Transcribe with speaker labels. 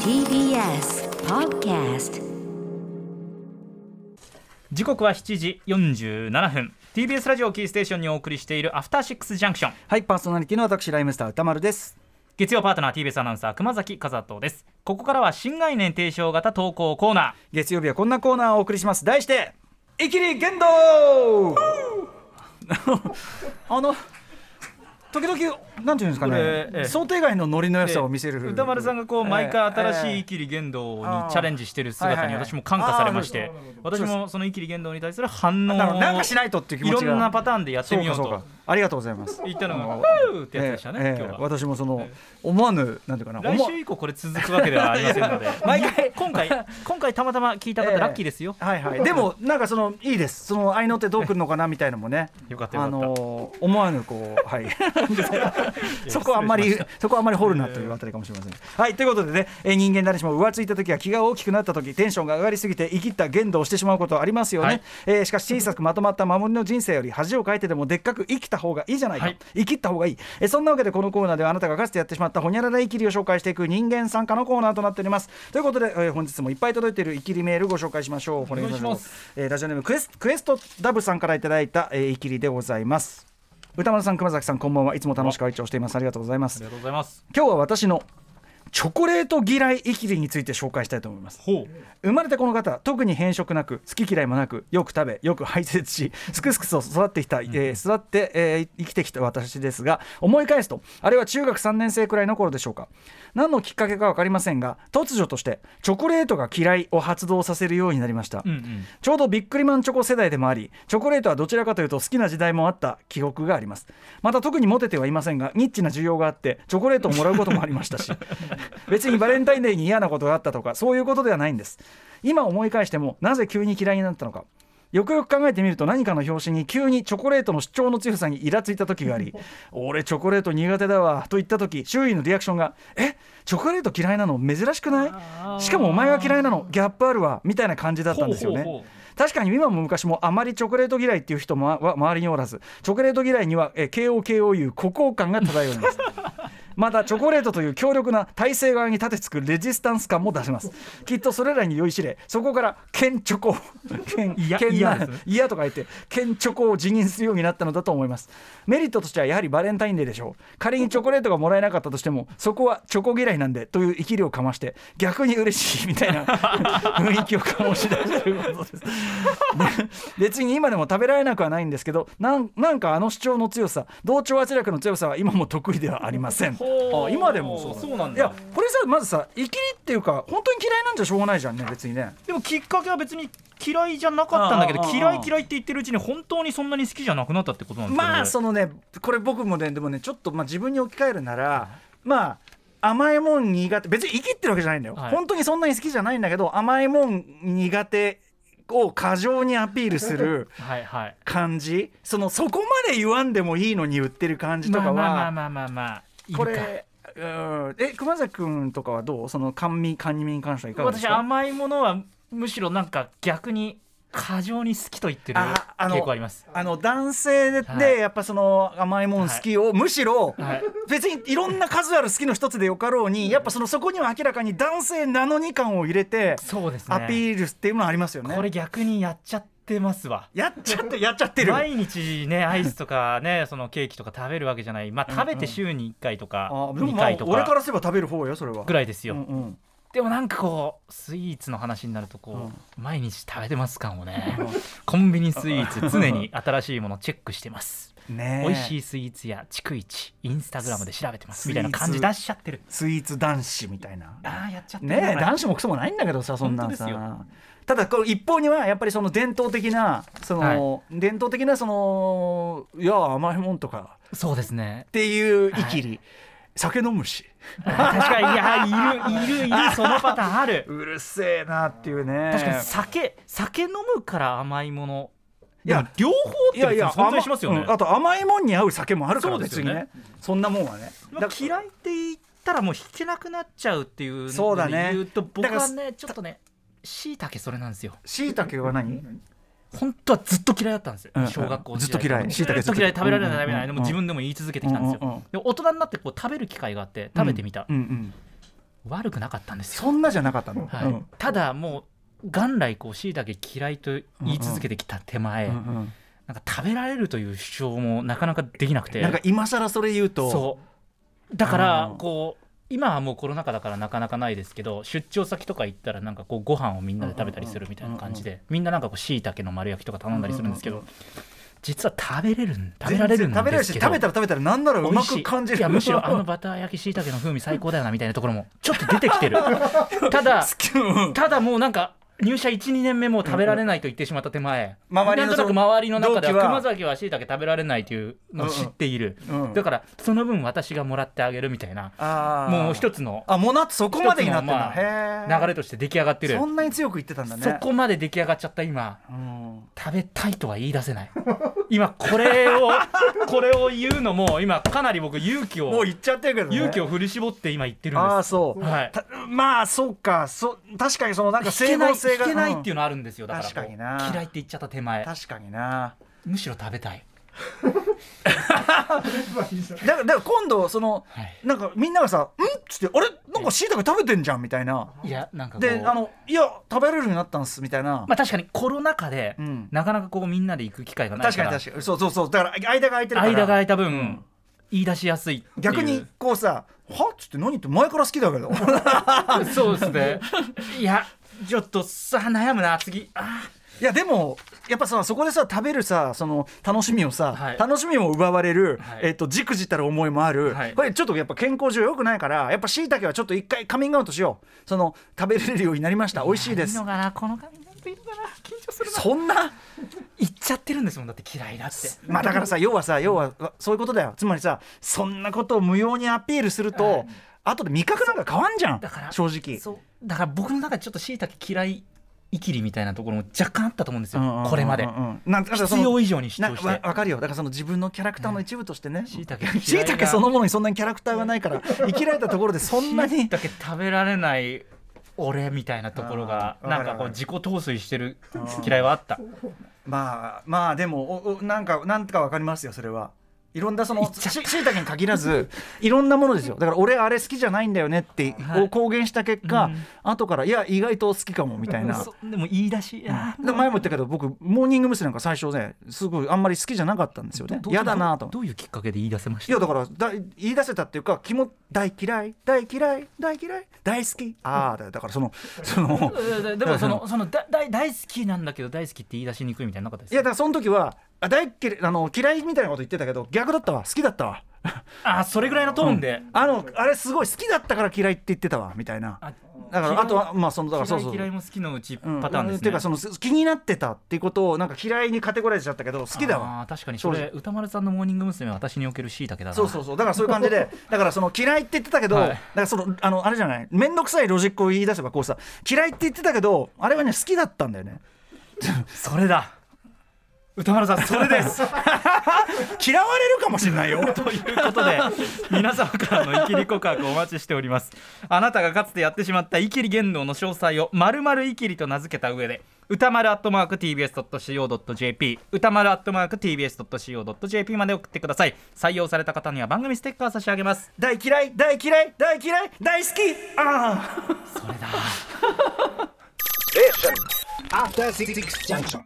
Speaker 1: TBS Podcast
Speaker 2: 時刻は7時47分 TBS ラジオキーステーションにお送りしているアフターシックスジャンクション
Speaker 3: はい、パーソナリティの私、ライムスター歌丸です。
Speaker 2: 月曜パートナー TBS アナウンサー熊崎和人ですここからは新概念提唱型投稿コーナ
Speaker 3: 月曜日はこんなコーナーをお送りします。題して、イキリ言動 あの、時々、なんていうんですか
Speaker 2: これええ
Speaker 3: ね、想定外のノリの良さを見せ
Speaker 2: ー
Speaker 3: る。
Speaker 2: 歌丸さんがこう毎回新しい「イ
Speaker 3: リ
Speaker 2: キリ言動」に
Speaker 3: あー
Speaker 2: チャレンジしてる
Speaker 3: は
Speaker 2: 姿
Speaker 3: い
Speaker 2: に
Speaker 3: はいはい
Speaker 2: 私も感化されまして
Speaker 3: あー
Speaker 2: 私
Speaker 3: そう
Speaker 2: もその「イキリ言動」に対する反応を
Speaker 3: なんかしないとっていう気持ちが
Speaker 2: ろんなパターンでやってみよう
Speaker 3: そうか
Speaker 2: と
Speaker 3: そうかありがとうございます。
Speaker 2: 言ったのが「ふー」ってやつでしたね、
Speaker 3: ええええ
Speaker 2: 今日は。
Speaker 3: 私もその、思わぬ、なんていうかな、
Speaker 2: 来
Speaker 3: 思わ
Speaker 2: 週以降これ続くわけではありませんの で毎回今回今回たまたま聞いた方
Speaker 3: ええ
Speaker 2: ラッキーですよ、
Speaker 3: はいはい、でもなんかそのいいですその合いの手どうくるのかなみたいのもね
Speaker 2: よかったよかった
Speaker 3: あのー思わぬこう はいそこはあんまりそこはあんまり掘るなというあたりかもしれません、はいということでねえー人間誰しも浮ついた時は気が大きくなった時テンションが上がりすぎて生きった言動をしてしまうことはありますよね、
Speaker 2: はい
Speaker 3: えーしかし小さくまとまった守りの人生より恥をかいてでもでっかく生きた方がいいじゃないか、
Speaker 2: はい
Speaker 3: 生きった方がいいえーそんなわけでこのコーナーではあなたがかつてやってしまったほにゃらら生きりを紹介していく人間参加のコーナーとなっておりますということで、えー本日もいっぱい届いている生きりメールご紹介しましょうお
Speaker 2: 願いします
Speaker 3: えーラジオネームクエスクエストダブさんからいただいた、えー、イキリでございます歌丸さん熊崎さんこんばんはいつも楽しく会長していますありがとうございま
Speaker 2: あ
Speaker 3: す
Speaker 2: りがとうございます
Speaker 3: 今日は私のチョコレート嫌いイキリについて紹介したいと思います
Speaker 2: ほう
Speaker 3: 生まれてこの方特に偏食なく好き嫌いもなくよく食べよく排泄しすくすくと育ってきた、えー育って、えー生きてきた私ですが思い返すとあれは中学3年生くらいの頃でしょうか何のきっかけか分かりませんが突如としてチョコレートが嫌いを発動させるようになりました、
Speaker 2: うんうん
Speaker 3: ちょうどビックリマンチョコ世代でもありチョコレートはどちらかというと好きな時代もあった記憶がありますまた特にモテてはいませんがニッチな需要があってチョコレートをもらうこともありまし たし別にバレンタインデーに嫌なことがあったとかそういうことではないんです今思い返してもなぜ急に嫌いになったのかよくよく考えてみると何かの拍子に急にチョコレートの主張の強さにイラついた時 があり「俺チョコレート苦手だわ」と言った時周囲のリアクションが「えチョコレート嫌いなの珍しくないしかもお前は嫌いなのギャップあるわ」みたいな感じだったんですよね。
Speaker 2: ほうほうほ
Speaker 3: 確かに今も昔もあまりチョコレート嫌いっていう人もは周りにおらずチョコレート嫌いにはえー KOKOU 孤高感が漂いますまたチョコレートという強力な体制側に立てつくレジスタンス感も出しますきっとそれらに酔いしれそこからケンチョコケン
Speaker 2: いや
Speaker 3: ケン
Speaker 2: 嫌で
Speaker 3: な
Speaker 2: すね
Speaker 3: 嫌とか言ってケンチョコを辞任するようになったのだと思いますメリットとしてはやはりバレンタインデーでしょう仮にチョコレートがもらえなかったとしてもそこはチョコ嫌いなんでという生きりをかまして逆に嬉しいみたいな 雰囲気を醸し出してることです別に今でも食べられなくはないんですけどなんなんかあの主張の強さ同調圧力の強さは今も得意ではありません
Speaker 2: ほう
Speaker 3: あ今でもそうだ
Speaker 2: そうなん
Speaker 3: い
Speaker 2: だ
Speaker 3: やこれさまずさ生きりっていうか本当に嫌いなんじゃしょうがないじゃんね別にね
Speaker 2: でもきっかけは別に嫌いじゃなかったんだけど
Speaker 3: ああああ
Speaker 2: 嫌い嫌いって言ってるうちに本当にそんなに好きじゃなくなったってことなんですかね
Speaker 3: まあそのねこれ僕もねでもねちょっとまあ自分に置き換えるならまあ甘いもん苦手別に生きってるわけじゃないんだよ、
Speaker 2: はい
Speaker 3: 本当にそんなに好きじゃないんだけど甘いもん苦手を過剰にアピール する
Speaker 2: はいはい
Speaker 3: 感じそのそこまで言わんでもいいのに言ってる感じとかは、
Speaker 2: まあまあまあまあまあいるか
Speaker 3: これうんえ熊崎君とかはどうその甘味甘味に関してはいかがです
Speaker 2: 私
Speaker 3: か
Speaker 2: 甘いものはむしろなんか逆に過剰に好きと言ってる
Speaker 3: ああの
Speaker 2: 傾向あります
Speaker 3: あの男性で、
Speaker 2: はい
Speaker 3: やっぱその甘いもん好きを、むしろ、
Speaker 2: はい
Speaker 3: 別にいろんな数ある好きの一つでよかろうにやっぱそのそこには明らかに男性なのに感を入れて
Speaker 2: そうですね
Speaker 3: アピールっていうのはありますよね。
Speaker 2: これ逆にやっちゃってますわ
Speaker 3: やっちゃってやっちゃってる。
Speaker 2: 毎日ねアイスとかねそのケーキとか食べるわけじゃないまあ食べて週に1回とか
Speaker 3: あでも
Speaker 2: 2
Speaker 3: まあ
Speaker 2: 回と
Speaker 3: 俺から
Speaker 2: か
Speaker 3: すれば食べる方よそれは。
Speaker 2: ぐらいですよ、
Speaker 3: うんうん
Speaker 2: でもなんかこうスイーツの話になるとこう、毎日食べてます感をね
Speaker 3: うん
Speaker 2: コンビニスイーツ常に新しいものチェックしてます
Speaker 3: ねえ
Speaker 2: 美味しいスイーツや逐一インスタグラムで調べてますみたいな感じ出しちゃってる
Speaker 3: スイーツ男子みたいな。
Speaker 2: ああやっちゃってる
Speaker 3: ねえ男子もクソもないんだけどさそんなん
Speaker 2: 本当です
Speaker 3: さただこう一方にはやっぱりその伝統的なその、伝統的なそのいや甘いもんとか
Speaker 2: そうですね
Speaker 3: っていうイキリ、酒飲むし
Speaker 2: あー確かにいやいるいるいるそのパターンある
Speaker 3: うるせえなっていうね
Speaker 2: 確かに酒酒飲むから甘いもの
Speaker 3: いや
Speaker 2: でも両方って別に存在しますよね
Speaker 3: 甘うんあと甘いもんに合う酒もあるから
Speaker 2: そうですよね
Speaker 3: 別にそんなもんはね
Speaker 2: まあ
Speaker 3: だ
Speaker 2: 嫌いって言ったらもう引けなくなっちゃうっていう
Speaker 3: そうだね
Speaker 2: ので言うと僕
Speaker 3: だ
Speaker 2: は
Speaker 3: か
Speaker 2: ねちょっとねしいたけそれなんですよ
Speaker 3: しいたけは何
Speaker 2: 本当はずっと嫌いだったんですよ、
Speaker 3: うんうん
Speaker 2: 小学校の時
Speaker 3: ずっと嫌い
Speaker 2: ずっと
Speaker 3: 椎茸ずっと
Speaker 2: 嫌い食べられない食べられない、
Speaker 3: うんうんうん
Speaker 2: でも自分でも言い続けてきたんですよ、
Speaker 3: うんうんうん
Speaker 2: でも大人になってこう食べる機会があって食べてみた、
Speaker 3: うんうん
Speaker 2: 悪くなかったんですよ
Speaker 3: そんなじゃなかったの、
Speaker 2: はい
Speaker 3: うん
Speaker 2: ただもう元来こう椎茸嫌いと言い続けてきた手前、
Speaker 3: うんうん
Speaker 2: なんか食べられるという主張もなかなかできなくて
Speaker 3: なんか今更それ言うと
Speaker 2: そうだか
Speaker 3: あ
Speaker 2: ら
Speaker 3: ー
Speaker 2: こう今はもうコロナ禍だからなかなかないですけど出張先とか行ったらなんかこうご飯をみんなで食べたりするみたいな感じでみんななんかこう椎茸の丸焼きとか頼んだりするんですけ
Speaker 3: う
Speaker 2: ど実は食べれるん食べられるんですけど
Speaker 3: 全然食べれるし食べたら食べたらなんならう
Speaker 2: 美
Speaker 3: ま
Speaker 2: 味し
Speaker 3: く
Speaker 2: い
Speaker 3: 感じる
Speaker 2: いやむしろあ のバター焼き椎茸の風味最高だよなみたいなところもちょっと出てきて るただ
Speaker 3: 好きうん
Speaker 2: ただもうなんか入社12年目もう食べられないと言ってしまった手前、
Speaker 3: うん周りの
Speaker 2: なんとなく周りの中では
Speaker 3: 同期は
Speaker 2: 熊崎は椎茸食べられないというのを知っている、
Speaker 3: うんうん
Speaker 2: だからその分私がもらってあげるみたいな、
Speaker 3: あー
Speaker 2: もう一つの
Speaker 3: あもうなそこまでになってんだ、
Speaker 2: 一つの
Speaker 3: へー
Speaker 2: 流れとして出来上がってる
Speaker 3: そんなに強く言ってたんだね
Speaker 2: そこまで出来上がっちゃった今
Speaker 3: うん
Speaker 2: 食べたいとは言い出せない今これ をこれを言うのも今かなり僕勇気
Speaker 3: も
Speaker 2: を
Speaker 3: う言っちゃってるけど、ね、
Speaker 2: 勇気を振り絞って今言ってるん
Speaker 3: ああ
Speaker 2: で
Speaker 3: ー
Speaker 2: す
Speaker 3: そう、
Speaker 2: はい
Speaker 3: たまあそうかそ確かにそのなんか
Speaker 2: 引け
Speaker 3: 整
Speaker 2: ない
Speaker 3: 合
Speaker 2: 引
Speaker 3: 性が
Speaker 2: けないっていううのあるんですよだから
Speaker 3: 確かにな
Speaker 2: こう嫌いって言っちゃった手前
Speaker 3: ん確かにな
Speaker 2: むしろ食べたい、
Speaker 3: だからだから今度その
Speaker 2: はい、
Speaker 3: なんかみんながさ「ん?」っつって「あれなんかしいたけ食べてんじゃん」みたいない
Speaker 2: やなんかこう
Speaker 3: であの「いや食べれるようになったんす」みたいな、
Speaker 2: まあ確かにコロナ禍で、
Speaker 3: うん
Speaker 2: なかなかこうみんなで行く機会がない
Speaker 3: 確
Speaker 2: か
Speaker 3: からに確かにそうそうそうだから間が空いてるから
Speaker 2: 間が空いた分、
Speaker 3: ん
Speaker 2: 言い出しやすいっていう
Speaker 3: 逆にこうさ「はっ?」つって「何?」って前から好きだけど
Speaker 2: そうですね いやちょっとさ悩むな次あ
Speaker 3: いやでもやっぱさそこでさ食べるさその楽しみをさ、
Speaker 2: はい
Speaker 3: 楽しみも奪われる、
Speaker 2: はい
Speaker 3: えっとじくじたる思いもある、
Speaker 2: はい
Speaker 3: これちょっとやっぱ健康上良くないからやっぱしいたけはちょっと一回カミングアウトしようその食べれるようになりました美味しいで
Speaker 2: いい
Speaker 3: す
Speaker 2: のかなこの感じでいいのかな緊張するな
Speaker 3: そんな
Speaker 2: 言っちゃってるんですもんだって嫌いだって
Speaker 3: まあだからさ要はさ要はそういうことだよつまりさそんなことを無用にアピールすると、
Speaker 2: はい
Speaker 3: 後で味覚なんか変わんじゃん
Speaker 2: だから
Speaker 3: 正直
Speaker 2: そうだから僕の中でちょっとしいたけ嫌いいきりみたいなところも若干あったと思うんです
Speaker 3: うんうんうんう
Speaker 2: よ
Speaker 3: ん
Speaker 2: これまで
Speaker 3: なんだからそ
Speaker 2: 必
Speaker 3: の
Speaker 2: 要以上に主
Speaker 3: な
Speaker 2: 張して
Speaker 3: わわかるよだからその自分のキャラクターの一部としてね
Speaker 2: 椎茸 嫌いな
Speaker 3: しいたけそのものにそんなにキャラクターがないから生きられたところでそんな
Speaker 2: 椎
Speaker 3: に
Speaker 2: 茸食べられない俺みたいなところが
Speaker 3: あー
Speaker 2: なんかこう
Speaker 3: わかるわかる
Speaker 2: 自己陶酔してる嫌いはあった
Speaker 3: まあまあでもおおなんかなんとかわかりますよそれはいろんなその
Speaker 2: 言っちゃ
Speaker 3: し
Speaker 2: っ
Speaker 3: いたけに限らずいろんなものですよだから俺あれ好きじゃないんだよねって
Speaker 2: はい
Speaker 3: を公言した結果、
Speaker 2: うん
Speaker 3: 後からいや意外と好きかもみたいな
Speaker 2: そでも言い出しあー
Speaker 3: で前も言ったけど僕モーニング娘。なんか最初ねすごいあんまり好きじゃなかったんですよね
Speaker 2: どう
Speaker 3: 嫌だなと思って
Speaker 2: どういうきっかけで言い出せまし
Speaker 3: い
Speaker 2: た
Speaker 3: やだからだ言い出せたっていうか気も大嫌い大嫌い大嫌い大好きああだよだからその その
Speaker 2: うんででもそのそのだ大大好きなんだけど大好きって言い出しにくいみたいなのなかったです
Speaker 3: いやだからその時はあ大っ嫌いあの嫌いみたいなこと言ってたけど逆だったわ好きだったわ
Speaker 2: あーそれぐらいのトーンで、
Speaker 3: あのあれすごい好きだったから嫌いって言ってたわみたいな
Speaker 2: あ
Speaker 3: だから
Speaker 2: 嫌い
Speaker 3: あとはまあそのだからそう
Speaker 2: 嫌
Speaker 3: そ
Speaker 2: いう嫌いも好きのうち
Speaker 3: うん
Speaker 2: パターンですね、
Speaker 3: っていうかそのす気になってたっていうことをなんか嫌いにカテゴライズしちゃったけど好きだわ
Speaker 2: あー確かにそれ歌丸さんのモーニング娘。は私におけるしいたけだな
Speaker 3: そうそうそうだからそういう感 じでだからその嫌いって言ってたけど、
Speaker 2: はい
Speaker 3: だからそのあのあれじゃない面倒くさいロジックを言い出せばこうさ嫌いって言ってたけどあれはね好きだったんだよね
Speaker 2: それだ歌丸さんそれです
Speaker 3: 嫌われるかもしれないよ
Speaker 2: ということで皆様からのイキリ告白をお待ちしておりますあなたがかつてやってしまったイキリ言動の詳細をまるまるイキリと名付けた上で歌丸アットマーク TBS.CO.JP 歌丸アットマーク TBS.CO.JP まで送ってください採用された方には番組ステッカー差し上げます
Speaker 3: 大嫌い大嫌い大嫌い大好きああ
Speaker 2: それだ
Speaker 1: After Six Junction.